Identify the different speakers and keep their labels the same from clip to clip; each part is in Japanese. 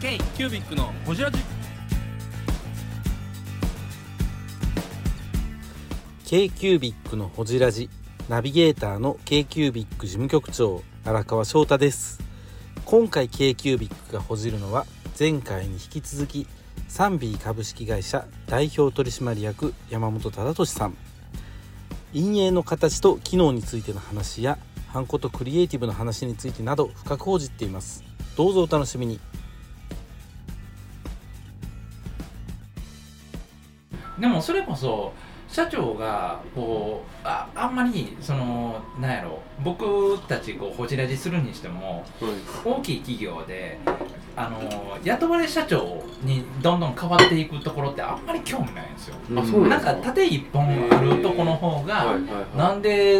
Speaker 1: K キュービックのホジラジ
Speaker 2: k c キュービッのほじラジナビゲーターの k c キュービッ事務局長荒川翔太です今回 k c キュービッがほじるのは前回に引き続きサンビー株式会社代表取締役山本忠俊さん陰影の形と機能についての話やハンコとクリエイティブの話についてなど深く報じっていますどうぞお楽しみに
Speaker 3: でもそれこそ社長がこうああんまりそのなんやろ僕たちこうほじらじするにしても大きい企業であの雇われ社長にどんどん変わっていくところってあんまり興味ないんですよ。
Speaker 4: あそう
Speaker 3: な
Speaker 4: なんん
Speaker 3: か
Speaker 4: ですか
Speaker 3: 縦一本あるとこの方が
Speaker 4: いはいは
Speaker 3: なんで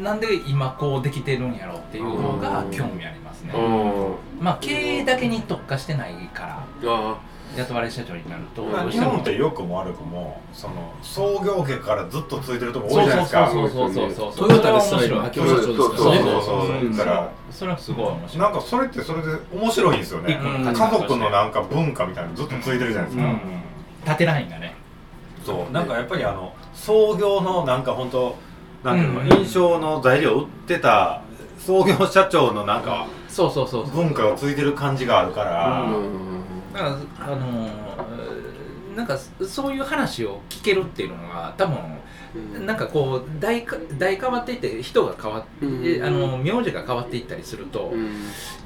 Speaker 3: なんで今こうできてるんやろっていう方が興味ありますね
Speaker 4: い。うん
Speaker 3: まあ経営だけに特化してないから
Speaker 4: あ
Speaker 3: 雇われ社長になると
Speaker 5: ま
Speaker 3: ど
Speaker 5: あ
Speaker 3: う
Speaker 5: 日
Speaker 3: して
Speaker 5: 本
Speaker 3: も
Speaker 5: って良くも悪くもその創業家からずっと続いてるとこ多いじゃないですか
Speaker 4: そうそうそうそうそう
Speaker 3: そ
Speaker 6: ト
Speaker 3: う
Speaker 6: ヨ
Speaker 3: それ
Speaker 6: タ
Speaker 3: は
Speaker 6: で
Speaker 3: 面
Speaker 6: すら今
Speaker 3: 白い
Speaker 6: 秋元社長です
Speaker 4: そ
Speaker 6: か
Speaker 4: う
Speaker 6: らね
Speaker 4: そう
Speaker 5: そうそうそう、
Speaker 6: ん
Speaker 5: だから
Speaker 3: それはすごい面白い
Speaker 5: なんかそれってそれで面白いんですよね
Speaker 3: うん
Speaker 5: 家族のなんか文化みたいなのずっと続いてるじゃないですか、
Speaker 3: 縦ラインがね
Speaker 5: そうなんかやっぱりあの創業のなんか本当なんていうの、
Speaker 3: うん
Speaker 5: 印象の材料売ってた創業社長のなんか
Speaker 3: そうそうそうそう
Speaker 5: 文化が続いてる感じがあるから、
Speaker 4: あうん
Speaker 3: だからあのーなんかそういう話を聞けるっていうのが多分
Speaker 4: うん
Speaker 3: なんかこう代か代変わっていって人が変わって、
Speaker 4: うん
Speaker 3: あの名字が変わっていったりすると、
Speaker 4: うん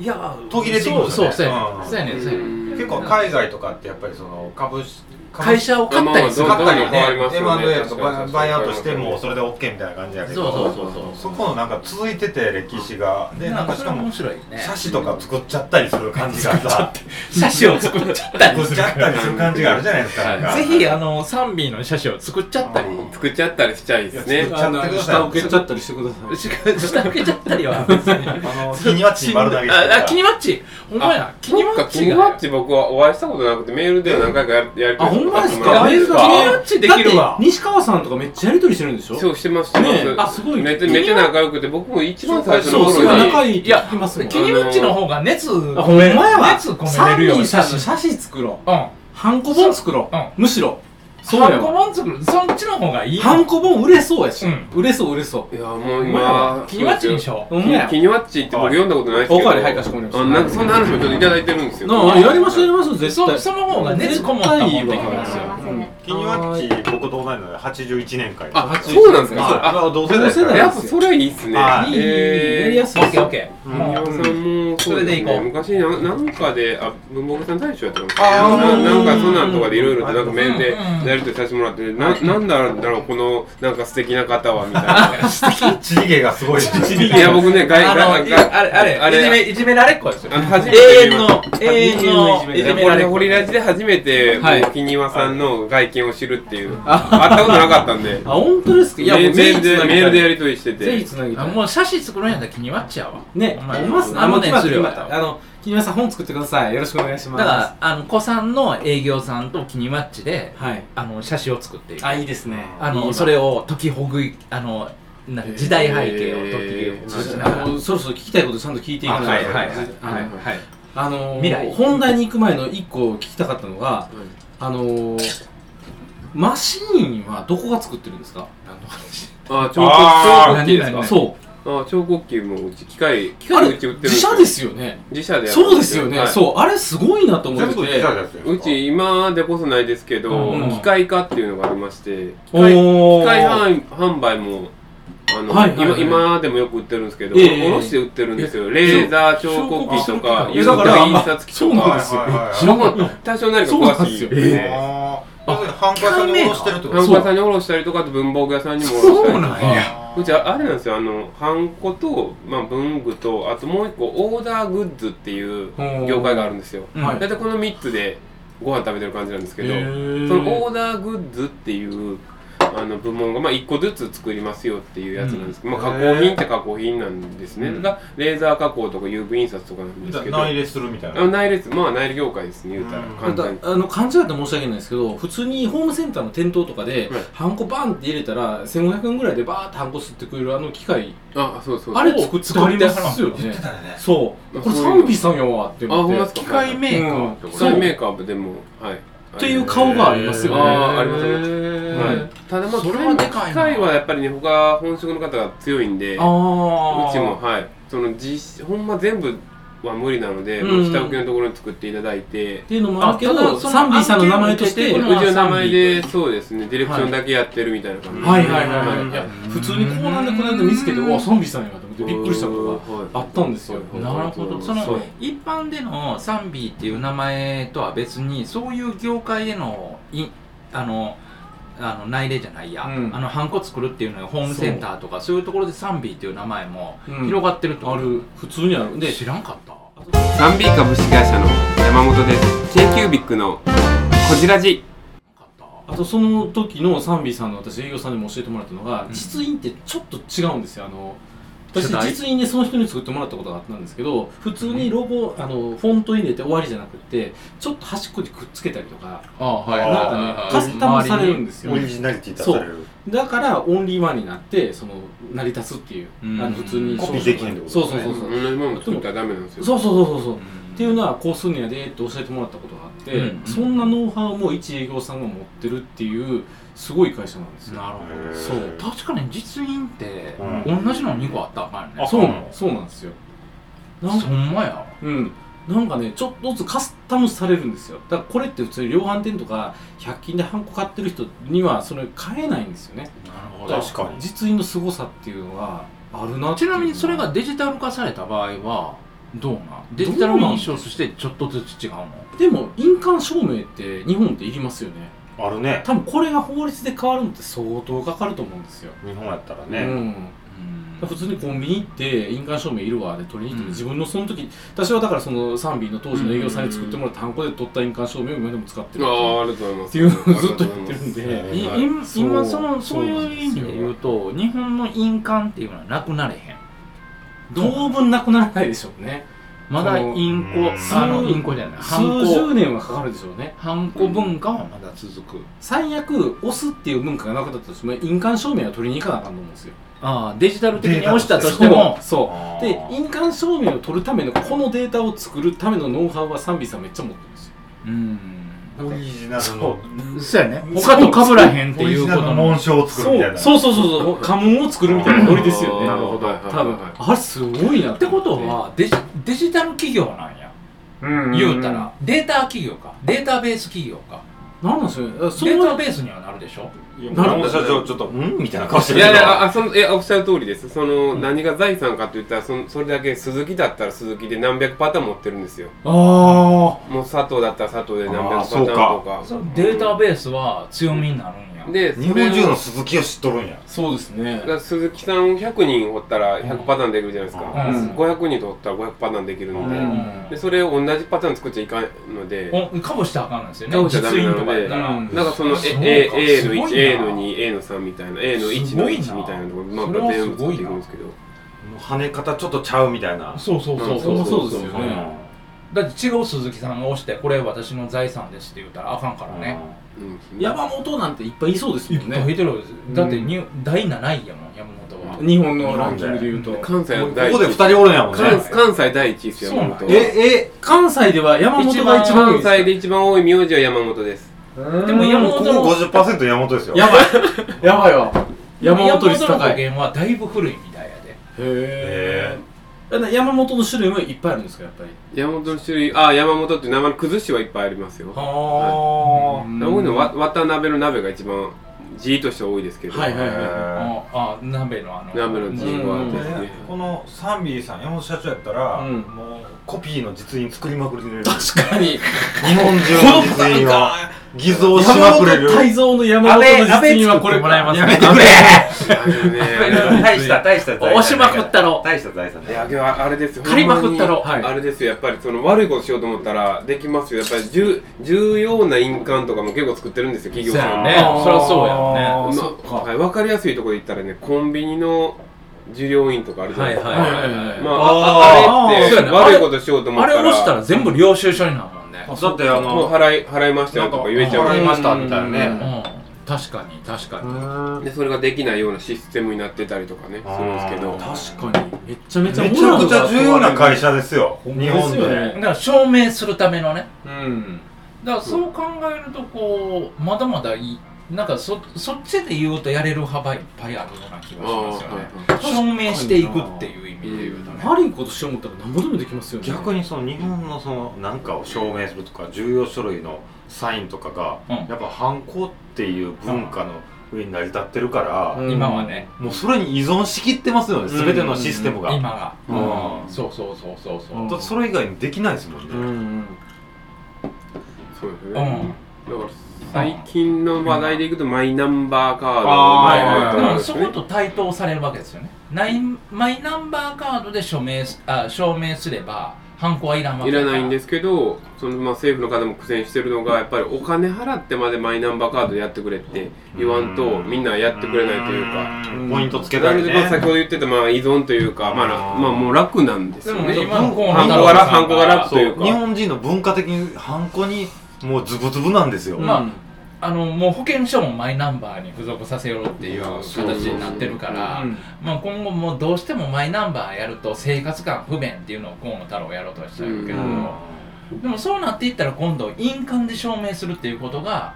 Speaker 3: いやー
Speaker 5: 途切れていくんです
Speaker 3: そう
Speaker 5: よ
Speaker 3: そう
Speaker 5: ね
Speaker 3: そうやね、
Speaker 5: うん
Speaker 3: そうやねそうやね
Speaker 5: 結構海外とかってやっぱりその株式
Speaker 3: 会社を買ったりする
Speaker 4: まあ
Speaker 5: 買
Speaker 4: ま
Speaker 5: ったり
Speaker 4: どんどん変わりま
Speaker 5: ね
Speaker 4: すよね確
Speaker 5: M&A とか
Speaker 4: か
Speaker 5: バ
Speaker 4: に
Speaker 5: イアウトしてもうそれで OK みたいな感じや
Speaker 3: そ
Speaker 5: け
Speaker 3: う
Speaker 5: ど
Speaker 3: そうそうそう
Speaker 5: そこのなんか続いてて歴史がでなんかし
Speaker 3: それ
Speaker 5: か
Speaker 3: は
Speaker 5: も
Speaker 3: 面白いね
Speaker 5: 写真とか作っちゃったりする感じがさ
Speaker 3: 写真を作っちゃったり
Speaker 5: 作っちゃったりする感じがあるじゃないですかなん か
Speaker 3: ぜひあのサンビーの写真を作っちゃったり
Speaker 4: 作っちゃったりしちゃいです
Speaker 5: い
Speaker 4: ね
Speaker 5: や作っちゃってください
Speaker 2: 下受けちゃったりしてください
Speaker 3: しか下受けちゃったり は別に
Speaker 5: あの日にはち丸投げしてる
Speaker 3: ああキニマッチほんまやキニマ
Speaker 4: そ
Speaker 3: ッ
Speaker 4: っかキ
Speaker 3: チ
Speaker 4: ニマッ
Speaker 3: が
Speaker 4: チ僕はお会いしたことなくてメールでは何回かやりやり
Speaker 3: あほんまです
Speaker 4: あ
Speaker 3: か
Speaker 4: ほんまです
Speaker 3: キニ
Speaker 4: か
Speaker 3: マッチできるわ
Speaker 2: 西川さんとかめっちゃやりとりしてるんでしょ
Speaker 4: そうしてますしてます、
Speaker 2: ねえ
Speaker 3: あすごい
Speaker 4: めっちゃめっちゃ仲良くて僕も一番最初の
Speaker 2: そうすごい
Speaker 4: 頃に
Speaker 2: 仲いいって聞きますもん
Speaker 3: キニマッチの方が熱
Speaker 2: あほんまやわ
Speaker 3: 熱込めれるように
Speaker 2: サンミー写真写真作ろう
Speaker 3: うんハ
Speaker 2: ハンコ本作ろう、
Speaker 3: うん
Speaker 2: むしろそうや
Speaker 3: ンコ
Speaker 2: わ
Speaker 3: 本作るそっちの方がいい
Speaker 2: ハンコ本売れそうやし、
Speaker 3: うん
Speaker 2: 売れそう売れそう
Speaker 4: いやもう
Speaker 3: ほんまや
Speaker 4: 今
Speaker 3: キニマッチでしょ
Speaker 2: ほんまや
Speaker 4: キニマッチって僕読んだことないですけ
Speaker 2: お
Speaker 4: ど
Speaker 2: かわりはいかしこまりました
Speaker 4: あなんかそんな話もちょっといただいてるんですよ
Speaker 2: なあやりましょうやりましょう絶
Speaker 3: そ
Speaker 2: 対
Speaker 3: その方が熱こもったもんできますよ
Speaker 2: 絶
Speaker 5: キニワッチ僕と同いので81年会
Speaker 4: あそうなんですか、
Speaker 5: まあまあ同世代です
Speaker 2: 同世
Speaker 5: から
Speaker 2: 代
Speaker 4: やっぱそれはいいっすね。
Speaker 5: はい
Speaker 2: いいいいいい
Speaker 4: えー
Speaker 2: やりやす
Speaker 3: オ
Speaker 2: い
Speaker 3: ッケーオッ
Speaker 2: ー
Speaker 3: ケー
Speaker 5: うん
Speaker 3: も
Speaker 4: 宮
Speaker 3: う
Speaker 4: 本さんも
Speaker 3: それで行こう
Speaker 4: 昔ななんかであ文房具さん大賞やったのか
Speaker 5: あー
Speaker 4: ななんかそんなんとかでいろいろなんかメール
Speaker 3: うんうん
Speaker 4: でやり取りさせてもらってななんだろうこのなんか素敵な方はみたいな
Speaker 5: ちりげがすごいち
Speaker 4: いや僕ね外
Speaker 3: あのい
Speaker 4: 外
Speaker 3: あれあれ
Speaker 4: あ
Speaker 3: いじめ
Speaker 4: れ
Speaker 3: いじめられっ子ですよ
Speaker 4: あの初めて
Speaker 3: 永
Speaker 4: 見
Speaker 3: 遠
Speaker 4: ま
Speaker 3: の永遠のい
Speaker 4: い
Speaker 3: じ
Speaker 4: や
Speaker 3: められっ子
Speaker 4: ホリラジで初めて
Speaker 3: はい
Speaker 4: もう木庭さんの外見を知るっていう会ったことなかったんで
Speaker 2: あ本当ですかい
Speaker 4: メ
Speaker 2: やもう
Speaker 4: ー
Speaker 2: ぜひ
Speaker 4: メール
Speaker 2: つ
Speaker 4: で
Speaker 2: なぎ
Speaker 4: メー
Speaker 2: た
Speaker 4: ルでや
Speaker 2: い
Speaker 4: り取りして
Speaker 2: ぜひ
Speaker 4: て
Speaker 2: つなぎた
Speaker 3: あ
Speaker 2: い
Speaker 3: もう写真作るんやったらキニマッチやわ
Speaker 2: ね
Speaker 3: お
Speaker 2: あ
Speaker 3: 前
Speaker 2: りますねあ
Speaker 3: あも
Speaker 2: の
Speaker 3: う
Speaker 2: 決
Speaker 3: ね
Speaker 2: まった
Speaker 3: する
Speaker 2: 決
Speaker 3: よ
Speaker 2: まったあの木村さん本作ってくださいよろしくお願いしま
Speaker 3: だ
Speaker 2: す
Speaker 3: からあの子さんの営業さんとキニマッチで
Speaker 2: はい
Speaker 3: あの写真を作っていく
Speaker 2: あいいですね
Speaker 3: あ
Speaker 2: いい
Speaker 3: の
Speaker 2: わ
Speaker 3: それを解きほぐいあのなんか時代背景を
Speaker 4: えー
Speaker 3: 解きほぐしな
Speaker 2: あ
Speaker 3: がら
Speaker 2: のそろそろ聞きたいことちゃんと聞いていかないと
Speaker 5: あはいはい
Speaker 2: はい
Speaker 3: はい
Speaker 2: あのー
Speaker 3: 未来
Speaker 2: 本題に行く前の一個聞きたかったのが、あのーマシーンはどこが作ってるんですか
Speaker 4: あ彫刻彫
Speaker 5: あー
Speaker 4: 刻機で
Speaker 3: 何
Speaker 4: すか
Speaker 3: 々
Speaker 2: そ
Speaker 4: あ彫刻機もうち機械機
Speaker 2: うあ
Speaker 4: 械
Speaker 2: れ
Speaker 4: うち売ってるん
Speaker 2: 自社ですよね
Speaker 4: 自社でやってる
Speaker 2: そうですよね、
Speaker 4: はい
Speaker 2: そうあれすごいなと思ってて
Speaker 5: 全部自社ですよ
Speaker 4: うち今でこそないですけど、
Speaker 2: うんうん
Speaker 4: 機械化っていうのがありまして機
Speaker 2: お
Speaker 4: 械機
Speaker 2: ー
Speaker 4: 械販販売もあの、
Speaker 2: はいはいはい
Speaker 4: 今今でもよく売ってるんですけど、
Speaker 2: ええ
Speaker 4: 卸で売ってるんですよレーザー彫刻機とか
Speaker 2: あ
Speaker 4: 有
Speaker 2: 彫
Speaker 4: 機
Speaker 2: 刻機か
Speaker 4: 印刷機と
Speaker 2: そうなん
Speaker 4: か
Speaker 2: ですよ
Speaker 5: はいはいはいはい
Speaker 2: 知らなかっ
Speaker 4: 多少なりか
Speaker 2: そうなん
Speaker 4: 詳
Speaker 2: です
Speaker 4: しい
Speaker 2: よ
Speaker 5: え
Speaker 4: ええ
Speaker 5: あー要するにハンカチに下ろしてるってこと
Speaker 4: 販
Speaker 5: です
Speaker 4: 売さんに卸したりとかあと文房具屋さんにも卸したり
Speaker 3: そう
Speaker 4: と
Speaker 3: な
Speaker 4: か
Speaker 3: んや
Speaker 4: うちあれなんですよあのハンコと、まあ、文具とあともう一個オーダーグッズっていう業界があるんですよ
Speaker 3: う
Speaker 2: た
Speaker 3: ん
Speaker 2: はい
Speaker 4: 大体この3つでご飯食べてる感じなんですけど、
Speaker 2: へー
Speaker 4: そのオーダーグッズっていうあの部門が、まあ、1個ずつ作りますよっていうやつなんですけど、
Speaker 5: うん
Speaker 4: まあ、加工品って加工品なんですね、
Speaker 5: うん
Speaker 4: だからレーザー加工とか UV 印刷とかなんですけど
Speaker 5: 内入れするみたいな
Speaker 4: あ内列まあ内列業界ですね言うたら
Speaker 5: うん
Speaker 4: 簡単に。
Speaker 1: あの勘違いって申し訳ないんですけど普通にホームセンターの店頭とかで、
Speaker 4: はい
Speaker 1: ハンコバンって入れたら1500円ぐらいでバーってハンコ吸ってくれるあの機械
Speaker 4: あそうそう
Speaker 1: あれ作ってはりますよ
Speaker 5: 言
Speaker 1: ね
Speaker 5: ってたよね
Speaker 1: そう
Speaker 4: あ
Speaker 1: これ
Speaker 4: そういうの
Speaker 1: 賛美さんやわって
Speaker 4: あほん
Speaker 1: 思
Speaker 4: ま
Speaker 1: っ
Speaker 4: で
Speaker 1: て
Speaker 4: すか
Speaker 3: 機械メーカーって
Speaker 1: うん
Speaker 3: こ
Speaker 4: 機
Speaker 3: と
Speaker 1: そう
Speaker 4: 械メーカー部でもはい
Speaker 1: っていう顔がありますよね、
Speaker 4: あーありますあります
Speaker 1: は
Speaker 4: はいい、ただまあ
Speaker 1: それはでかいな
Speaker 4: 機械はやっぱりね他本職の方が強いんでうちも
Speaker 3: ああ
Speaker 4: はいその実ほんま全部は無理なので、
Speaker 1: うん
Speaker 4: もう下請けのところに作っていただいて
Speaker 1: っていうのもあるけ
Speaker 3: あた
Speaker 1: ど
Speaker 3: だその
Speaker 1: サンビーさんの名前として
Speaker 3: 案件を
Speaker 4: うち
Speaker 3: 受けて
Speaker 4: の名前でそうですねディレクションだけやってるみたいな感じ、
Speaker 1: はいはいはいはい、
Speaker 4: はい
Speaker 1: い、や普通にこうなんでこの間見つけてうわサンビーさんやなと思ってびっくりしたことがあったんですよ
Speaker 4: はい
Speaker 3: なるほどそ
Speaker 4: そう
Speaker 3: の一般でのサンビーっていう名前とは別にそういう業界へのいあのあの内例じゃないや、
Speaker 1: うん
Speaker 3: あのハンコ作るっていうのがホームセンターとかそういうところでサンビーっていう名前も
Speaker 1: うん
Speaker 3: 広がってるってこ
Speaker 1: あ
Speaker 3: と
Speaker 1: る普通にあるで
Speaker 3: で知らんかった
Speaker 4: サンビー株式会社の山本です k キュービックのこじらじ
Speaker 1: あとその時のサンビーさんの私営業さんでも教えてもらったのが、
Speaker 3: うん
Speaker 1: 実印ってちょっと違うんですよあの私
Speaker 3: 世代
Speaker 1: 実印でその人に作ってもらったことがあったんですけど普通にロゴ、あのフォント入れて終わりじゃなくてちょっと端っこにくっつけたりとか
Speaker 3: ああはい
Speaker 1: なんかねカスタムされるんですよ
Speaker 5: オリジナリティ出される
Speaker 1: だからオンリーワンになってその成り立つっていう、
Speaker 3: うん
Speaker 1: あの普通に
Speaker 5: コピーできへんってこと
Speaker 1: そう
Speaker 5: です
Speaker 1: そう
Speaker 5: ね
Speaker 1: そうそう、
Speaker 4: 同じもの作ったらダメなんですよ
Speaker 1: そうそうそうそうそうっていう
Speaker 3: は
Speaker 1: のはこうするんやでって教えてもらったことがあって、
Speaker 3: うん
Speaker 1: そんなノウハウも一営業さんが持ってるっていうすごい会社なんですよ
Speaker 3: なるほど
Speaker 1: そう
Speaker 5: へー
Speaker 3: 確かに実印って
Speaker 5: う
Speaker 3: 同じの2個あったらあかんよね
Speaker 5: あ
Speaker 1: そうなのそうなんですよなん
Speaker 3: そんまや
Speaker 1: うん、なんかねちょっとずつカスタムされるんですよだからこれって普通に量販店とか100均でハンコ買ってる人にはそれ買えないんですよね
Speaker 3: なるほ
Speaker 5: 確かに
Speaker 1: 実印の凄さっていうのはあるなって
Speaker 3: ち
Speaker 1: いう
Speaker 3: なみにそれがデジタル化された場合はどうなんデジタル印象としてちょっとずつ違うの
Speaker 1: でも印鑑証明って日本っていりますよね
Speaker 5: あるね
Speaker 1: 多分これが法律で変わるのって相当かかると思うんですよ、
Speaker 5: 日本やったら
Speaker 1: う
Speaker 5: ね
Speaker 1: ん普通にコンビニ行って印鑑証明いるわで取りに行って、
Speaker 3: うん
Speaker 1: 自分のその時私はだからそのサンビの当時の営業さんに作ってもらったハンコで取った印鑑証明を今でも使ってるっていう
Speaker 4: ああありがとうございます
Speaker 1: っていうのをずっと言ってるん
Speaker 5: ありがとうございます
Speaker 1: で、
Speaker 3: い
Speaker 5: はい
Speaker 3: 今
Speaker 1: そう
Speaker 3: 今その
Speaker 1: そ
Speaker 3: そうう
Speaker 1: なん
Speaker 3: い
Speaker 1: で
Speaker 3: う
Speaker 1: す
Speaker 3: 意
Speaker 1: よ
Speaker 3: 味で言うと日本の印鑑っていうのはなくなれへん
Speaker 1: 当分なくならないでしょうね。
Speaker 3: まだ
Speaker 1: その
Speaker 3: イン
Speaker 5: うん
Speaker 3: コあのインコじゃないハ
Speaker 1: 数
Speaker 3: ンコ
Speaker 1: 十年はかかるでしょうね。
Speaker 3: ハンコ文化はまだ続く
Speaker 1: 最悪、押すっていう文化がなかったとしても、印鑑証明は取りに行かなあかんと思うんですよ。
Speaker 3: ああデジタル的に押したとしても
Speaker 1: そう
Speaker 5: あ
Speaker 1: そう。
Speaker 5: ー
Speaker 1: で、印鑑証明を取るための、このデータを作るためのノウハウはサンビさんめっちゃ持ってるんですよ。
Speaker 3: うん
Speaker 5: オリジナル
Speaker 1: そう
Speaker 5: の
Speaker 3: そうやね他と被らへんって
Speaker 5: オ
Speaker 3: い
Speaker 5: リ
Speaker 3: う
Speaker 5: ジ
Speaker 3: こ
Speaker 5: ナ
Speaker 3: と
Speaker 5: ルの
Speaker 3: の
Speaker 5: 紋章を作るみたいな
Speaker 1: そうそうそうそうそう、家紋を作るみたいなノリですよね。
Speaker 4: なるほど
Speaker 1: 多分、あれすごいなっ
Speaker 3: ってこと、はデジデジタル企業なんや言うたらデータ企業かデータベース企業か
Speaker 1: なんなんですよね。だからそ
Speaker 3: デー
Speaker 1: の
Speaker 3: タベースにはなるでしょ
Speaker 1: なるほ
Speaker 5: 本社長ちょっと「ん?」みたいな顔して
Speaker 4: い
Speaker 5: る
Speaker 4: や
Speaker 5: け
Speaker 4: い
Speaker 5: ど
Speaker 4: やあそのいやおっしゃる通りですその、何が財産かって言ったらそのそれだけ鈴木だったら鈴木で何百パターン持ってるんですよ
Speaker 1: あ
Speaker 4: もう佐藤だったら佐藤で何
Speaker 5: あー
Speaker 4: 百パターンとか
Speaker 3: そのデータベースは強みになるんや
Speaker 4: で
Speaker 5: 日本中の鈴木を知っとるんや
Speaker 1: あ、そうですね
Speaker 4: だか。ら鈴木さんを100人掘ったら100パターンできるじゃないですか、
Speaker 3: うん
Speaker 4: 500人掘ったら500パターンできるので,、
Speaker 3: うん
Speaker 4: でそれを同じパターン作っちゃいかんので、
Speaker 3: おかもしたらあかんなんですよね
Speaker 4: かぶしちゃダ
Speaker 3: 実
Speaker 4: メな
Speaker 3: 印と
Speaker 4: ので
Speaker 3: かやったら、
Speaker 1: うん
Speaker 4: なんかその
Speaker 3: そうか
Speaker 4: A, A, A
Speaker 3: す
Speaker 4: の
Speaker 3: ごいな
Speaker 4: 1 A の2 A の3みたいな A の1の
Speaker 3: す
Speaker 4: 1
Speaker 3: ごいな
Speaker 4: みたいなところま
Speaker 3: それ
Speaker 4: あ
Speaker 3: は
Speaker 4: 全
Speaker 3: す
Speaker 4: 部
Speaker 3: ご
Speaker 4: 作っ
Speaker 3: い
Speaker 4: てい
Speaker 3: な
Speaker 4: くんですけど
Speaker 5: もう跳ね方ちょっとちゃうみたいな
Speaker 3: そうそうそう
Speaker 1: そ
Speaker 3: そうう
Speaker 1: そ
Speaker 3: そうう
Speaker 1: ですよね。
Speaker 3: だって違う鈴木さんが押してこれ私の財産ですって言ったらあかんからね
Speaker 4: うん
Speaker 1: 山本なんていっぱいいそうです
Speaker 3: い
Speaker 1: も
Speaker 3: っ
Speaker 1: ん
Speaker 3: ぱい
Speaker 1: ね。
Speaker 3: いてるわけです
Speaker 1: ん
Speaker 3: だってに第7位やもん山本は
Speaker 1: 日本のランキングで言うと。
Speaker 4: 関西
Speaker 5: もう
Speaker 4: の
Speaker 5: こ
Speaker 4: 第
Speaker 5: こで
Speaker 4: 一
Speaker 5: 二人おるんやもん
Speaker 4: 関
Speaker 5: ね
Speaker 4: 関西第一位ですよ
Speaker 3: そうなん
Speaker 4: 山本
Speaker 3: や
Speaker 4: は
Speaker 1: え、関西では山本が一番多いん
Speaker 4: 関
Speaker 1: ですか
Speaker 4: 西で一番多い名字は山本です
Speaker 3: でも山
Speaker 5: こ
Speaker 3: 本
Speaker 5: こ
Speaker 3: の
Speaker 5: 50%山本ですよ
Speaker 1: やばい。やばいわ。山本率
Speaker 3: 山
Speaker 1: 高
Speaker 3: の語
Speaker 1: い。へ
Speaker 3: 源はだいぶ古いみたいやで
Speaker 1: え。だから山本の種類もいっぱいあるんですか、やっぱり。
Speaker 4: 山本の種類あ山本って名前の崩しはいっぱいありますよ
Speaker 1: はあ
Speaker 3: うん
Speaker 4: 僕のわ渡辺の鍋が一番 G として多いですけど、
Speaker 1: はいはいは
Speaker 5: へー
Speaker 3: ああ鍋のあの
Speaker 4: 鍋の G はですね
Speaker 5: ね、このサンビーさん山本社長やったら、
Speaker 1: うん
Speaker 5: もうコピーの実印作りまくりでる
Speaker 1: い。確かに。
Speaker 5: 日本中の実印を偽造し
Speaker 1: 山
Speaker 5: まくれ
Speaker 1: 本
Speaker 5: る。
Speaker 1: 泰造の山本の実印はこれもらえます
Speaker 3: やめてくれ
Speaker 4: あのねあれ
Speaker 6: 大した大した
Speaker 3: 押しまくったろ
Speaker 6: 大した財産
Speaker 4: い
Speaker 6: だ
Speaker 4: や
Speaker 6: よ
Speaker 4: けどああれですよ
Speaker 3: 借りまくったろ
Speaker 4: ほんまに
Speaker 1: はい
Speaker 4: あれですよやっぱりその悪いことしようと思ったらできますよやっぱり重重要な印鑑とかも結構作ってるんですよ企業
Speaker 1: そう
Speaker 4: さ
Speaker 1: や
Speaker 4: ん
Speaker 1: ね
Speaker 4: は
Speaker 1: そりゃそうやんね
Speaker 4: まあ
Speaker 1: そっか
Speaker 4: はい、分かりやすいところで言ったらねコンビニの従業員とかあるじゃ
Speaker 1: は
Speaker 4: な
Speaker 1: いい
Speaker 4: ですか、
Speaker 1: はいはいはい
Speaker 4: ま
Speaker 1: ま
Speaker 4: あ、
Speaker 1: あ
Speaker 4: あ
Speaker 1: ー
Speaker 4: れっ
Speaker 3: そう
Speaker 4: て
Speaker 3: やね
Speaker 4: 悪いことしようと思
Speaker 3: あ
Speaker 4: った
Speaker 3: れ
Speaker 4: ら
Speaker 3: 押したら全部領収書になるもんね
Speaker 6: だってあ
Speaker 4: も
Speaker 6: の
Speaker 4: う払い払いましたよとか言えちゃう
Speaker 6: 払いましたみたいなね
Speaker 3: うん確かに確かに
Speaker 4: でそれができないようなシステムになってたりとかねするんですけど
Speaker 1: 確
Speaker 5: あ
Speaker 1: かにめっちゃめちゃ
Speaker 5: めちゃくちゃ重要な会社ですよ。
Speaker 1: ほんま
Speaker 5: 日
Speaker 1: ですよ
Speaker 5: 本
Speaker 1: ね
Speaker 5: で。
Speaker 3: だから証明するためのね
Speaker 1: うん
Speaker 3: だからそう考えるとこうまだまだいいなんかそそっちで言うとやれる幅いっぱいあるような気がしますよね
Speaker 4: あー
Speaker 3: 証明していくっていう意味で言うとね
Speaker 1: 悪いことしよう思ったら何ぼでもできますよね
Speaker 5: 逆にその日本のその何かを証明するとか重要書類のサインとかが、
Speaker 3: うん
Speaker 5: やっぱ犯行っていう文化の上に成り立ってるから、
Speaker 1: うん
Speaker 3: 今はね
Speaker 5: もうそれに依存しきってますよね、
Speaker 1: うん
Speaker 5: 全てのシステムが、
Speaker 3: 今は
Speaker 5: うん
Speaker 3: うんそうそうそうそうそう
Speaker 5: だってそれ以外にできないですもんね、
Speaker 1: うんうん
Speaker 4: そうです
Speaker 3: う
Speaker 4: ね
Speaker 3: ん
Speaker 4: だから最近の話題でいくとマイナンバーカードの
Speaker 5: あー
Speaker 4: マイナンバーカード
Speaker 3: う
Speaker 4: で
Speaker 3: ん
Speaker 4: す
Speaker 3: そ
Speaker 4: ね
Speaker 3: こと対等されるわけですよねないマイナンバーカードで署名すあ証明すれば犯行はいらんわ
Speaker 4: い
Speaker 3: け
Speaker 4: らないんですすけどそのまあ政府の方も苦戦してるのがやっぱりお金払ってまでマイナンバーカードやってくれって言わんとみんなやってくれないというか
Speaker 5: うんポイントつけ
Speaker 4: な
Speaker 5: た
Speaker 4: の
Speaker 5: り
Speaker 4: で
Speaker 5: ね
Speaker 4: まあ先ほど言ってたまあ依存というかまあなまあもう楽なんです
Speaker 3: で
Speaker 4: よ
Speaker 3: も
Speaker 4: ね
Speaker 3: ね今の河
Speaker 4: ハン
Speaker 3: 野太
Speaker 4: コ
Speaker 3: 郎
Speaker 4: がら
Speaker 3: さ
Speaker 4: ハン
Speaker 3: ん
Speaker 4: コがら
Speaker 3: が
Speaker 4: っというか
Speaker 5: 日本人の文化的に犯行にもうズブズブなんですよ、
Speaker 3: まああのもう保険証もマイナンバーに付属させようっていう形になってるから、
Speaker 1: うん
Speaker 3: まあ、今後もうどうしてもマイナンバーやると生活感不便っていうのを河野太郎やろうとしちゃうけど、でもそうなっていったら今度印鑑で証明するっていうことが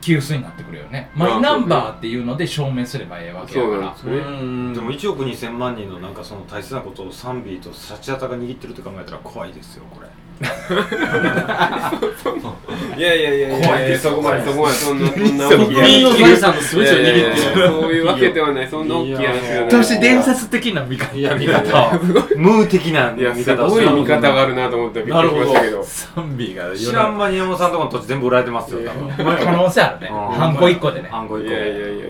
Speaker 3: 急須になってくるよねマイナンバーっていうので証明すればええわけや
Speaker 4: そ
Speaker 3: か
Speaker 4: うなん
Speaker 3: ら
Speaker 4: ですよね
Speaker 5: でも1億2000万人のなんかその大切なことをサンビーとシャチハタが握ってるって考えたら怖いですよこれ
Speaker 4: いやいやいやいや
Speaker 5: 怖いです
Speaker 4: そこまでそこまでそんなそんな
Speaker 1: 国民を財産の全てを
Speaker 4: いやい
Speaker 1: 握っ
Speaker 4: や
Speaker 1: て
Speaker 4: い
Speaker 1: る
Speaker 4: やそういうわけではないそんな大きい話じゃない
Speaker 5: 都市伝
Speaker 3: 説的な見方
Speaker 5: いや見方 ムー的ない
Speaker 4: や
Speaker 5: 見
Speaker 4: す
Speaker 5: 方を
Speaker 4: ごい
Speaker 5: してます
Speaker 4: 見方があるなと思ってびっくりし ましたけど
Speaker 3: サンビが
Speaker 5: 知らん間に山本さんとこの土地全部売られてますよ多分
Speaker 3: 可能性あるね
Speaker 5: うん
Speaker 3: ハンコ1個でね
Speaker 5: あんこ
Speaker 4: い
Speaker 5: 行こう
Speaker 4: やいやいやいやいやいや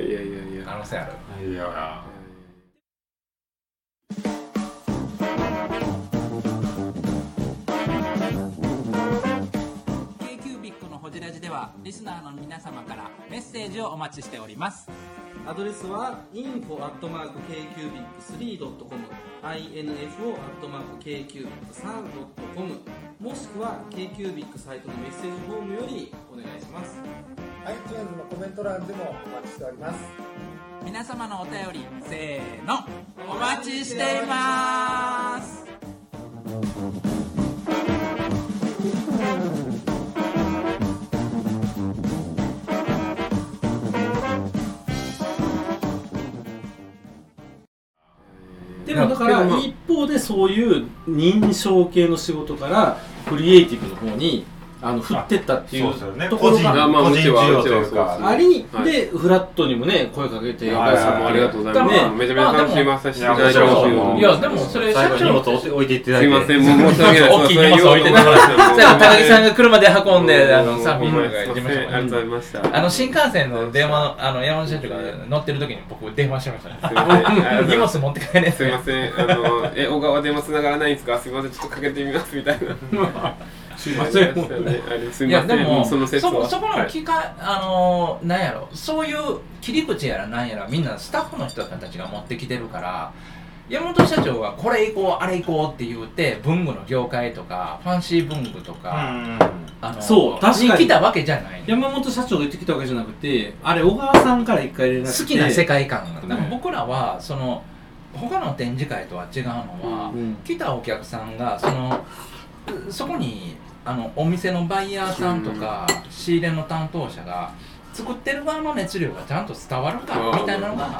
Speaker 3: 可能性ある
Speaker 5: いや
Speaker 7: アドレスは info.kcubic3.com info.kcubic3.com もしくは KQBIC サイトのメッセージフォームよりお願いします
Speaker 8: iTunes のコメント欄でもお待ちしております
Speaker 9: 皆様のお便りせーのお待ちしています
Speaker 1: でもだから一方でそういう認証系の仕事からクリエイティブの方にあの振ってったってい
Speaker 5: そうですよね
Speaker 1: うところが
Speaker 4: あまあ
Speaker 5: 個
Speaker 4: も
Speaker 5: 人
Speaker 4: ち
Speaker 5: 需
Speaker 4: ろん
Speaker 5: 要というか
Speaker 1: あり
Speaker 4: はい
Speaker 1: でフラットにもね声かけて
Speaker 5: はい
Speaker 4: 皆さんもありがとうございます。
Speaker 1: ね
Speaker 4: めちゃめちゃ楽しみまさせていただいてます
Speaker 5: そうそう
Speaker 4: よ
Speaker 5: そう
Speaker 3: いやでもそれ
Speaker 5: 最後
Speaker 3: 社
Speaker 5: に荷
Speaker 3: 長
Speaker 5: 物置いて置いていただい
Speaker 4: すい
Speaker 5: て
Speaker 4: ません、もう申し訳ない。
Speaker 3: 大きい荷物置いてね
Speaker 4: そう
Speaker 3: さあ高木さん
Speaker 4: が
Speaker 3: が車で運んであの
Speaker 4: さ
Speaker 3: サン
Speaker 4: み
Speaker 3: ビ
Speaker 4: ん
Speaker 3: が
Speaker 4: な
Speaker 3: 行きました
Speaker 4: ありがとうございました。
Speaker 3: あの新幹線の電話のあの山本社長が乗ってる時に僕電話してましたね
Speaker 4: すいませんあの
Speaker 3: 荷物持って帰れ
Speaker 4: すいません、あの、え、小川電話つながらないんですかすいません、ちょっとかけてみます、みたいな。 すいません。あれすい
Speaker 3: い
Speaker 4: ま
Speaker 3: や
Speaker 4: せん、
Speaker 3: でも
Speaker 4: その説
Speaker 3: こ
Speaker 4: は。
Speaker 3: そこの機会、あのーなんやろそういう切り口やらなんやらみんなスタッフの人たちが持ってきてるから山本社長がこれ行こうあれ行こうって言うて文具の業界とかファンシー文具とか、あのー
Speaker 1: そう確かに
Speaker 3: 来たわけじゃない
Speaker 1: 山本社長が言ってきたわけじゃなくてあれ小川さんから一回連絡
Speaker 3: 好きな世界観が、
Speaker 1: ね
Speaker 3: でも僕らはその他の展示会とは違うのは、
Speaker 1: うん
Speaker 3: 来たお客さんがそのうそこにあのお店のバイヤーさんとか仕入れの担当者が作ってる側の熱量がちゃんと伝わるかみたいなの
Speaker 4: は
Speaker 3: が
Speaker 4: い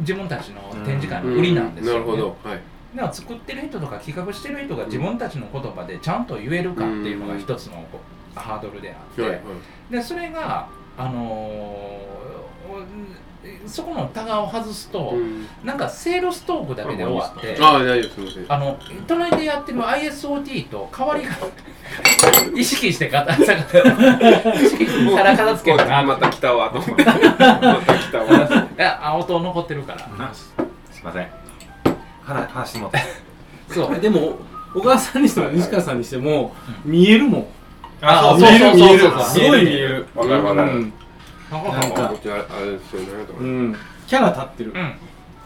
Speaker 3: 自分たちの展示会
Speaker 4: は
Speaker 3: の
Speaker 4: い
Speaker 3: 売りなんですよ、
Speaker 4: な
Speaker 3: ね
Speaker 4: るほど。はい。
Speaker 3: だから作ってる人とか企画してる人が自分たちの言葉でちゃんと言えるかっていうのが一つのこうハードルであって、
Speaker 4: はいはい
Speaker 3: でそれがあのーそこのタガを外すと、
Speaker 4: うん
Speaker 3: なんかセールストークだけで終わって、
Speaker 4: ああ、大丈夫です。すみま
Speaker 3: あの、隣でやってる ISOT と変わりが、 意識して片付け、 意識
Speaker 4: せん。
Speaker 3: してら片付けるな。
Speaker 4: また来 たわと思って。また来たわ。
Speaker 3: いや、青と残ってるから。
Speaker 6: すいません話話してもらって
Speaker 3: そう。
Speaker 1: でも小川さんにしても
Speaker 4: はいはい
Speaker 1: 西川さんにしても見えるもん
Speaker 3: あ
Speaker 1: 見える見える
Speaker 3: そう
Speaker 1: すごい見える
Speaker 4: わかるわかる
Speaker 1: うん
Speaker 4: なんか、こっちあれあれですよね。とか
Speaker 1: うんキャラ立ってる
Speaker 3: うん。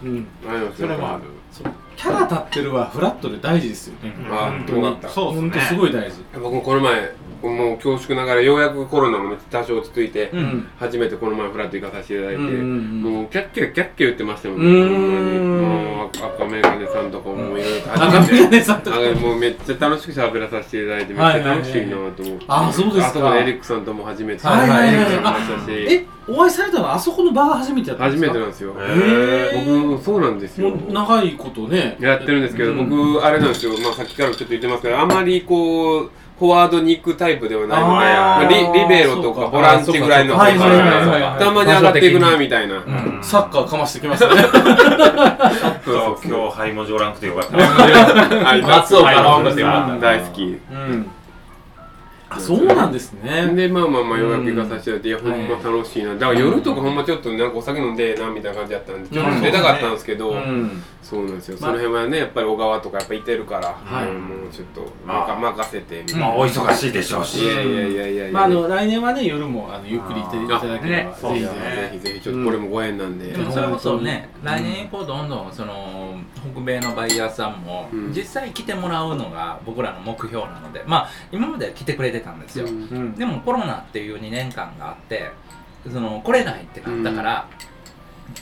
Speaker 1: うん
Speaker 4: あ
Speaker 1: それもあるそうキャラ立ってるはフラットで大事ですよね
Speaker 4: ああ、よかった。
Speaker 5: そう
Speaker 1: ほんとすごい大事
Speaker 4: 僕もこの前、もう恐縮ながらようやくコロナも多少落ち着いて、
Speaker 1: うん
Speaker 4: 初めてこの前フラット行かさせていただいて、
Speaker 1: うんうんうん
Speaker 4: もうキャッキャキャッキャ言ってましたもん
Speaker 1: う
Speaker 4: ね。
Speaker 1: ーん
Speaker 4: ほんまにもう赤メガネさんとかもいろいろ
Speaker 1: 赤
Speaker 4: 始め
Speaker 1: 宮
Speaker 4: て。
Speaker 1: 根さんとか
Speaker 4: あれもうめっちゃ楽しく喋らさせていただいてめっちゃ楽しいなと思っ
Speaker 1: はいは
Speaker 4: て、
Speaker 1: いはいあそうですか
Speaker 4: あとはエリックさんとも初めて
Speaker 1: はいはいはいはい
Speaker 4: エリックさんも話したし
Speaker 1: えお会いされたのはあそこの場が初めてだったんです
Speaker 4: 初め
Speaker 1: か
Speaker 4: てなんですよ
Speaker 1: へ
Speaker 4: 僕
Speaker 1: ー
Speaker 4: もそうなんですよ
Speaker 1: もう長いことね
Speaker 4: やってるんですけど、
Speaker 1: うん
Speaker 4: 僕あれなんですよ、まあ、さっきからちょっと言ってますけどあまりこうフォワードに行くタイプではないのでま
Speaker 1: あ
Speaker 4: あ
Speaker 1: ー
Speaker 4: リリベロと
Speaker 1: そう
Speaker 4: か
Speaker 1: か
Speaker 4: ボランチぐらいの
Speaker 1: あそうか
Speaker 4: ポジション
Speaker 1: はいはいはいはい
Speaker 4: なんですよたまに上がっていくなみたいな、
Speaker 3: うん
Speaker 1: サッカーかましてきましたね
Speaker 4: そう
Speaker 5: 今
Speaker 4: そう
Speaker 5: 日ハイも上ランクでよかっ た。
Speaker 4: はい
Speaker 6: 松岡の音声
Speaker 4: うん大好き
Speaker 1: うんあそうなんですね
Speaker 4: でまあまあまあようやく行かさせていただ
Speaker 1: う
Speaker 4: いて、
Speaker 1: ん
Speaker 4: いやほんま楽しいなだから夜とかほんまちょっとなんかお酒飲んでええなみたいな感じだったんでちょっと出たかったんですけど、
Speaker 1: うん
Speaker 4: そうなんですよ、
Speaker 1: まあ
Speaker 4: その辺はねやっぱり小川とかやっぱいてるから、
Speaker 1: はい
Speaker 4: うんもうちょっと任任せてみたいな、
Speaker 5: まあお忙しいでしょう
Speaker 4: い
Speaker 5: し。
Speaker 4: やいやいやいやいや、
Speaker 1: まああの来年はね夜もあのゆっくりいていただければ
Speaker 3: あ
Speaker 1: ぜ
Speaker 4: そう
Speaker 1: ひ
Speaker 4: です
Speaker 1: ぜ
Speaker 4: ね
Speaker 1: ひ
Speaker 4: ぜひぜひちょっとこれもご縁なんで、
Speaker 3: でもそれこそね、来年以降どんどんその北米のバイヤーさんも
Speaker 4: うん
Speaker 3: 実際来てもらうのが僕らの目標なので、まあ今までは来てくれてたんですよ。
Speaker 1: うん
Speaker 3: でもコロナっていう2年間があってその来れないってなったから、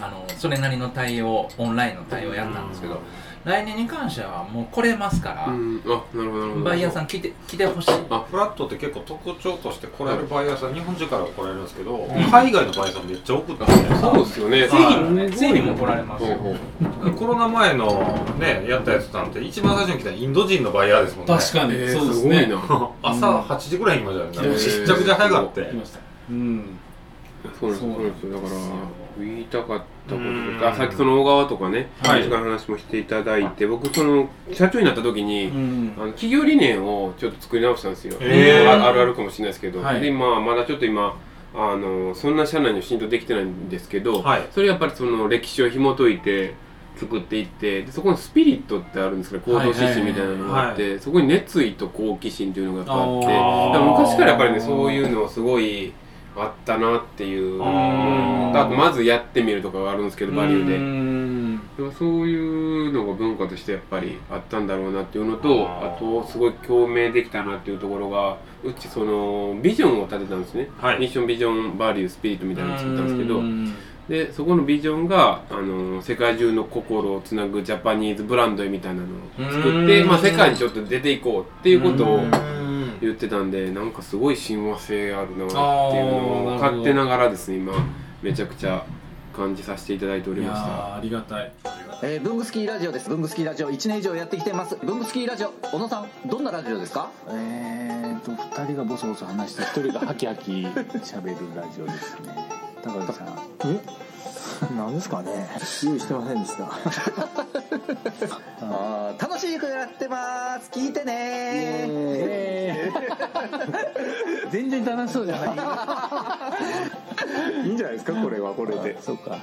Speaker 3: あのそれなりの対応オンラインの対応やったんですけど、来年に関してはもう来れますから、
Speaker 4: うんあなるほどなるほど
Speaker 3: バイヤーさん来て来てほしい。
Speaker 4: あ
Speaker 5: フラットって結構特徴として来られるバイヤーさん、日本中からは来られるんですけど、海外のバイヤーさんめっちゃ多くって、
Speaker 4: そうですよね
Speaker 3: ついにもね、ついにも来られます
Speaker 4: ほう
Speaker 3: よ。
Speaker 4: ほう
Speaker 5: コロナ前のね、やったやつなんて、一番最初に来たインド人のバイヤーですもんね。
Speaker 1: 確かに
Speaker 4: えー
Speaker 1: そうですす
Speaker 4: ごい
Speaker 1: ね
Speaker 4: な
Speaker 5: 朝8時ぐらいにまであ
Speaker 4: う
Speaker 5: る
Speaker 4: ん
Speaker 5: しっちゃくちゃ早かった。
Speaker 1: 来ましたうん
Speaker 4: そうなんです
Speaker 1: そう
Speaker 4: そう
Speaker 1: な
Speaker 4: なん
Speaker 1: ん
Speaker 4: で
Speaker 1: ですすよ
Speaker 4: よだから言いたかったこと
Speaker 5: うん
Speaker 4: とかあさっきその小川とかね
Speaker 5: はい
Speaker 4: 時間の話もしていただいて僕その社長になった時に、
Speaker 1: うん
Speaker 4: あの企業理念をちょっと作り直したんですよ、
Speaker 5: へー
Speaker 4: ああるあるかもしれないですけど、
Speaker 1: はい
Speaker 4: でまあまだちょっと今あのそんな社内には浸透できてないんですけど、
Speaker 5: はい
Speaker 4: それやっぱりその歴史を紐解いて作っていってでそこのスピリットってあるんですけど行動指針みたいなのがあって、そこに熱意と好奇心っていうのがやっぱあって
Speaker 1: あー
Speaker 4: だから昔からやっぱりねそういうのはすごいあったなっていう
Speaker 5: あー
Speaker 4: だからまずやってみるとかがあるんですけどバリューで。
Speaker 1: ーで
Speaker 4: でもそういうのが文化としてやっぱりあったんだろうなっていうのとあとすごい共鳴できたなっていうところがうちそのビジョンを立てたんですね、
Speaker 5: はい
Speaker 4: ミッションビジョンバリュースピリットみたいなのを作ったんですけど
Speaker 1: うん
Speaker 4: でそこのビジョンがあの世界中の心をつなぐジャパニーズブランドみたいなのを作って、
Speaker 1: うん
Speaker 4: まあ、世界にちょっと出ていこうっていうことを
Speaker 1: うん
Speaker 4: 言ってたんでなんかすごい親和性あるなって
Speaker 1: あ
Speaker 4: いうの
Speaker 1: ー
Speaker 4: を勝手ながらですね今めちゃくちゃ感じさせていただいており
Speaker 1: いや
Speaker 4: ました。
Speaker 1: ーありがたい
Speaker 10: えー、ブングスキーラジオです。ブングスキーラジオ1年以上やってきてます。ブングスキーラジオ、小野さん、どんなラジオですかえーと、2人がボソボソ話して、1人がハキハキ喋るラジオですね。高木さん。えなんですかね用意してませんでした。 あー楽しい曲やってます。聞いてね 全然楽しそうじゃない。いいんじゃないですか、これはこれで。そうか。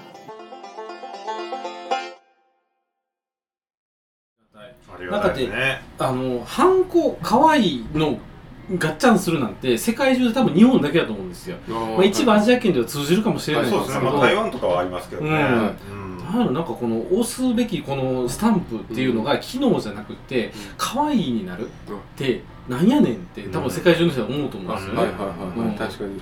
Speaker 5: ありがたいですね。
Speaker 1: あのハンコ可愛いのガッチャンするなんて世界中で多分日本だけだと思うんですよ、まあ、一部アジア圏では通じるかもしれないん
Speaker 5: そう
Speaker 1: で
Speaker 5: ですす
Speaker 1: け
Speaker 5: ね、
Speaker 1: ど、
Speaker 5: まあ、台湾とかはありますけどね。
Speaker 1: うんなんやろなんかこの押すべきこのスタンプっていうのが機能じゃなくて可愛いになるってなんやねんって多分世界中の人は思うと思うんですよね、
Speaker 4: はいはいはいはい、
Speaker 1: うん
Speaker 4: 確かに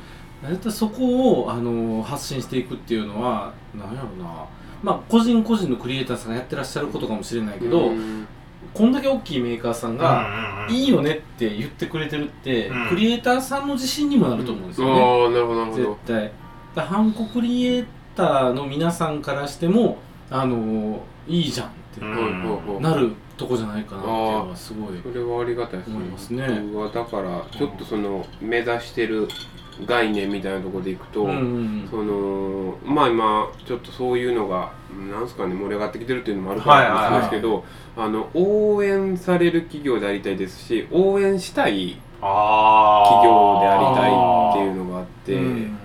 Speaker 1: 絶対そこを、あの発信していくっていうのはなんやろなまあ個人個人のクリエイターさんがやってらっしゃることかもしれないけど、
Speaker 4: うん
Speaker 1: こんだけ大きいメーカーさんが、
Speaker 5: うん
Speaker 1: いいよねって言ってくれてるって、
Speaker 5: うん
Speaker 1: クリエイターさんの自信にもなると思うんです
Speaker 4: ああ
Speaker 1: よね、
Speaker 4: なるほどなるほ
Speaker 1: 絶
Speaker 4: ど
Speaker 1: 対だハンコクリエイターの皆さんからしてもあのいいじゃんって
Speaker 5: うん
Speaker 4: はいはいはい
Speaker 1: なるとこじゃないかなっていうのはすごい
Speaker 4: それはありがたいです
Speaker 1: 思いますね
Speaker 4: 僕はだからちょっとその目指してる概念みたいなところでいくと、
Speaker 1: うんうんうん
Speaker 4: そのまあ今ちょっとそういうのがなんすかね盛り上がってきてるっていうのもあるか
Speaker 5: はいはい
Speaker 4: も
Speaker 5: は
Speaker 4: し
Speaker 5: い
Speaker 4: れないですけど、あの応援される企業でありたいですし応援したい企業でありたいっていうのがあって。
Speaker 1: うん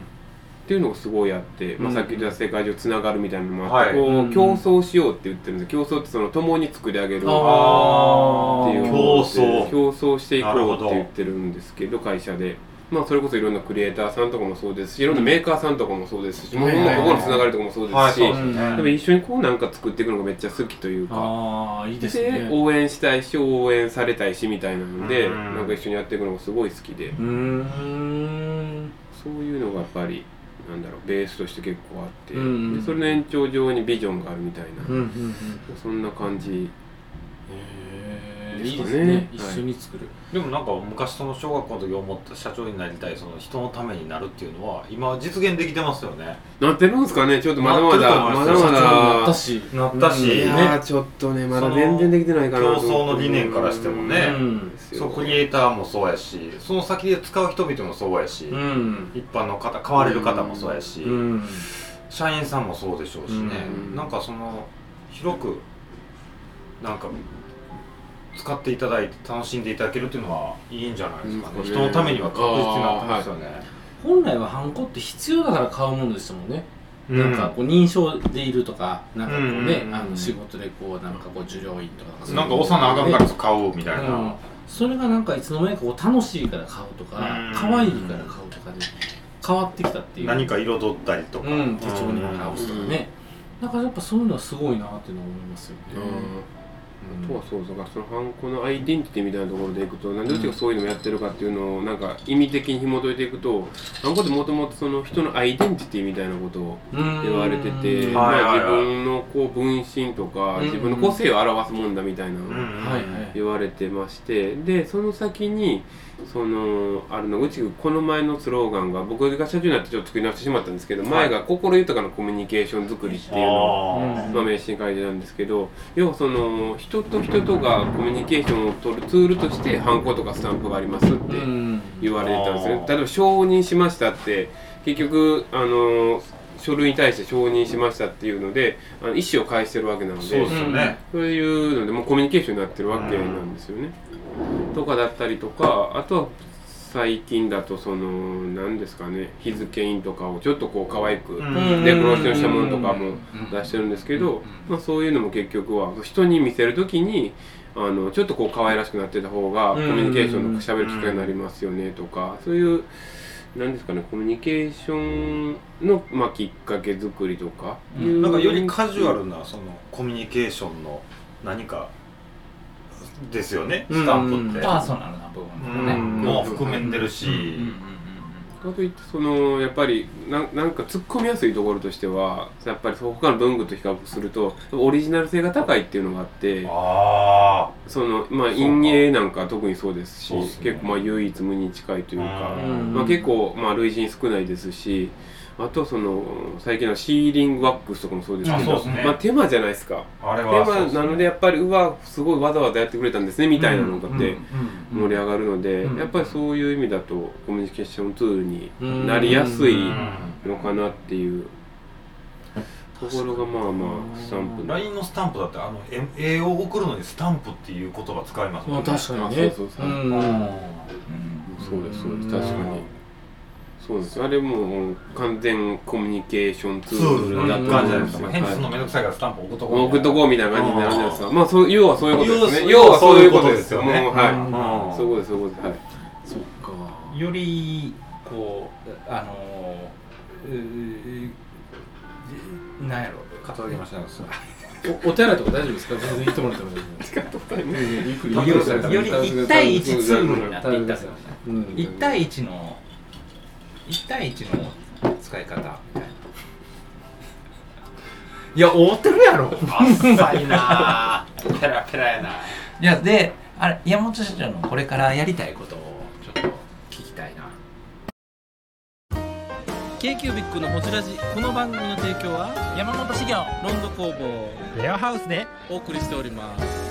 Speaker 4: っていうのがすごいあって、まあ、
Speaker 1: うん
Speaker 4: さっき言った世界中つながるみたいなのもあって、
Speaker 5: はい
Speaker 4: こ
Speaker 1: うん
Speaker 4: う競争しようって言ってるんですよ競争ってその共に作り上げるっていう
Speaker 1: あー
Speaker 4: ので
Speaker 5: 競争
Speaker 4: 競争していこ
Speaker 5: なる
Speaker 4: う
Speaker 5: ほ
Speaker 4: って
Speaker 5: ど
Speaker 4: 言ってるんですけど会社で。まあそれこそいろんなクリエイターさんとかもそうですしいろんなメーカーさんとかもそうですし、もう
Speaker 1: はいはいはい
Speaker 4: ここのつながりとかもそうですし、
Speaker 5: はい
Speaker 1: そうですね
Speaker 4: でも一緒にこうなんか作っていくのがめっちゃ好きというか
Speaker 1: ああいいです
Speaker 4: で
Speaker 1: ね
Speaker 4: 応援したいし応援されたいしみたいなので、
Speaker 5: うん
Speaker 4: なんか一緒にやっていくのがすごい好きで、
Speaker 1: うーん
Speaker 4: そういうのがやっぱりなんだろうベースとして結構あって、
Speaker 1: うんうん
Speaker 4: でそれの延長上にビジョンがあるみたいな、
Speaker 1: うんうんうん
Speaker 4: そんな感じ
Speaker 1: へー
Speaker 4: です
Speaker 1: いい
Speaker 4: か
Speaker 1: です
Speaker 4: ね
Speaker 1: ね
Speaker 4: はい
Speaker 1: 一緒に作る
Speaker 5: でもなんか昔その小学校の時思った社長になりたいその人のためになるっていうのは今実現できてますよね
Speaker 4: なってるんですかねちょっとまだまだ
Speaker 5: な
Speaker 4: ま
Speaker 5: っ
Speaker 4: だ
Speaker 5: てると
Speaker 4: ま
Speaker 5: 思い
Speaker 4: だ
Speaker 1: なったし
Speaker 5: なったし
Speaker 4: い
Speaker 1: ね
Speaker 4: やーちょっとねまだ全然できてないかな
Speaker 5: その競争の理念からしてもね
Speaker 1: うん
Speaker 5: そうクリエイターもそうやしその先で使う人々もそうやし、
Speaker 1: うん
Speaker 5: 一般の方買われる方もそうやし、
Speaker 1: うん
Speaker 5: 社員さんもそうでしょうしね、
Speaker 4: うん
Speaker 5: なんかその広くなんか使っていただいて楽しんでいただけるっていうのはいいんじゃないですかね、
Speaker 4: うん
Speaker 5: 人のためには確実になってますよね、
Speaker 1: 本来はハンコって必要だから買うものですもんね
Speaker 5: うん
Speaker 1: なんかこう認証でいるとかなんかこう
Speaker 5: うんうん
Speaker 1: ね
Speaker 5: うん
Speaker 1: あの仕事でこうなんかこう受領員とかそういう
Speaker 5: なんか押さなあかんから買おうみたいな、
Speaker 1: うんそれがなんかいつの間にかこう楽しいから買うとか
Speaker 5: うん
Speaker 1: 可愛いから買うとかで変わってきたっていう
Speaker 5: 何か彩ったりとか、
Speaker 1: うん、手帳にも直すとかね、だからやっぱそういうのはすごいなっていうのは思いますよね、
Speaker 4: うんあとはそうだからそのハンコのアイデンティティみたいなところでいくとなんでうちがそういうのをやってるかっていうのをなんか意味的に紐解いていくとハンコってもともとその人のアイデンティティみたいなことを
Speaker 1: うん
Speaker 4: 言われてて、
Speaker 5: は
Speaker 4: ま
Speaker 5: い
Speaker 4: あ、
Speaker 5: はい
Speaker 4: 自
Speaker 5: はい
Speaker 4: 分のこう分身とか
Speaker 1: うん
Speaker 4: 自分の個性を表すもんだみたいなのを
Speaker 5: うん
Speaker 1: はいはい
Speaker 4: 言われてましてでその先にそのあるのうちこの前のスローガンが僕が社長になってちょっと作り直してしまったんですけど前が「心豊かなコミュニケーション作り」っていうのを
Speaker 5: あ
Speaker 1: うん
Speaker 4: まあ、名刺に書いてたんですけど要はその人と人とがコミュニケーションを取るツールとしてハンコとかスタンプがありますって
Speaker 1: うん
Speaker 4: 言われてたんです
Speaker 5: あ
Speaker 4: ね
Speaker 5: ー
Speaker 4: 例えば承認しましたって結局あの書類に対して承認しましたっていうのであの意思を返してるわけなの
Speaker 5: ー
Speaker 4: で
Speaker 5: そうですよね、
Speaker 4: そういうのでもうコミュニケーションになってるわけなんですよね。とかだったりとかあとは最近だとその何ですかね日付印とかをちょっとこう可愛く
Speaker 5: うん
Speaker 4: デコレーションしたものとかも
Speaker 1: うん
Speaker 4: 出してるんですけど、まあ、そういうのも結局は人に見せる時にあのちょっとこう可愛らしくなってた方がコミュニケーションの喋る機会になりますよねとかそういう何ですかねコミュニケーションの、まあ、きっかけ作りとかいう、
Speaker 5: なんかよりカジュアルなそのコミュニケーションの何かですよねスタンプって、
Speaker 3: パーソナルな部分とかね
Speaker 5: うんもう含んでるし、
Speaker 3: うんうん
Speaker 4: かといってそのやっぱりなんなんか突っ込みやすいところとしてはやっぱりそう他の文具と比較するとオリジナル性が高いっていうのがあって
Speaker 5: あ
Speaker 4: そのまあ
Speaker 5: そうか
Speaker 4: 陰影なんか特にそうですし
Speaker 5: そうっすね
Speaker 4: 結構まあ唯一無二に近いというか、
Speaker 1: うん
Speaker 4: まあ、結構まあ類人少ないですしあとその最近のシーリングワックスとかもそうです
Speaker 5: あ
Speaker 4: け
Speaker 5: そう
Speaker 4: ど
Speaker 5: ですね
Speaker 4: まあ、手間じゃないですか
Speaker 5: ああれ
Speaker 4: 手
Speaker 5: はそう
Speaker 4: 間なのでやっぱりうわすごいわざわざやってくれたんですねみたいなのがあって。盛り上がるので、
Speaker 3: うん
Speaker 4: やっぱりそういう意味だとコミュニケーションツールになりやすいのかなっていうところがまあまあスタンプの
Speaker 5: LINE のスタンプだってあのえ絵を送るのにスタンプっていう言葉使います
Speaker 1: ま
Speaker 5: も
Speaker 1: あ
Speaker 5: んね、
Speaker 1: 確かにね
Speaker 4: あそうそうそう
Speaker 1: うん
Speaker 4: そうですそうです確かにそうですあれもう完全コミュニケーションツ
Speaker 5: ツ
Speaker 4: ー
Speaker 5: ー
Speaker 4: ル
Speaker 5: ル
Speaker 4: だ
Speaker 5: な
Speaker 4: と
Speaker 5: 感じじ
Speaker 4: 思
Speaker 5: ゃ
Speaker 4: う
Speaker 5: な
Speaker 4: で
Speaker 5: んいです
Speaker 4: よはい
Speaker 5: すか変にするのめんどくさいからスタンプ送っとこう
Speaker 4: 送っとこうみたいな感じになるじゃないですかまあそう要はそういうことですね
Speaker 5: 要
Speaker 4: 要
Speaker 5: は
Speaker 4: は
Speaker 5: そ
Speaker 4: そうう
Speaker 5: い
Speaker 4: いうう
Speaker 5: こ
Speaker 4: ことと
Speaker 5: で
Speaker 4: ですす
Speaker 5: よ
Speaker 4: よ
Speaker 5: ね
Speaker 4: もうは
Speaker 5: あ
Speaker 4: い
Speaker 5: ー
Speaker 4: そういうことですそういうことです
Speaker 1: そっか
Speaker 3: よりこうあのうーなんやろ
Speaker 5: 片付けましたね
Speaker 1: おお手洗いとか大丈夫ですか全然行ってもらっても大丈夫 ですゆっくりゆっくり
Speaker 3: よより1対1ツールになっていったんですよね
Speaker 1: うん
Speaker 3: 1対1の1対1の使い方みたいないや合ってるやろ
Speaker 5: 浅いなあペラペラやない
Speaker 3: やであれ山本社長のこれからやりたいことをちょっと聞きたいな
Speaker 2: k q b i c のホジラジこの番組の提供は
Speaker 9: 山本修行
Speaker 2: ロンド工房
Speaker 6: レアハウスで
Speaker 2: お送りしております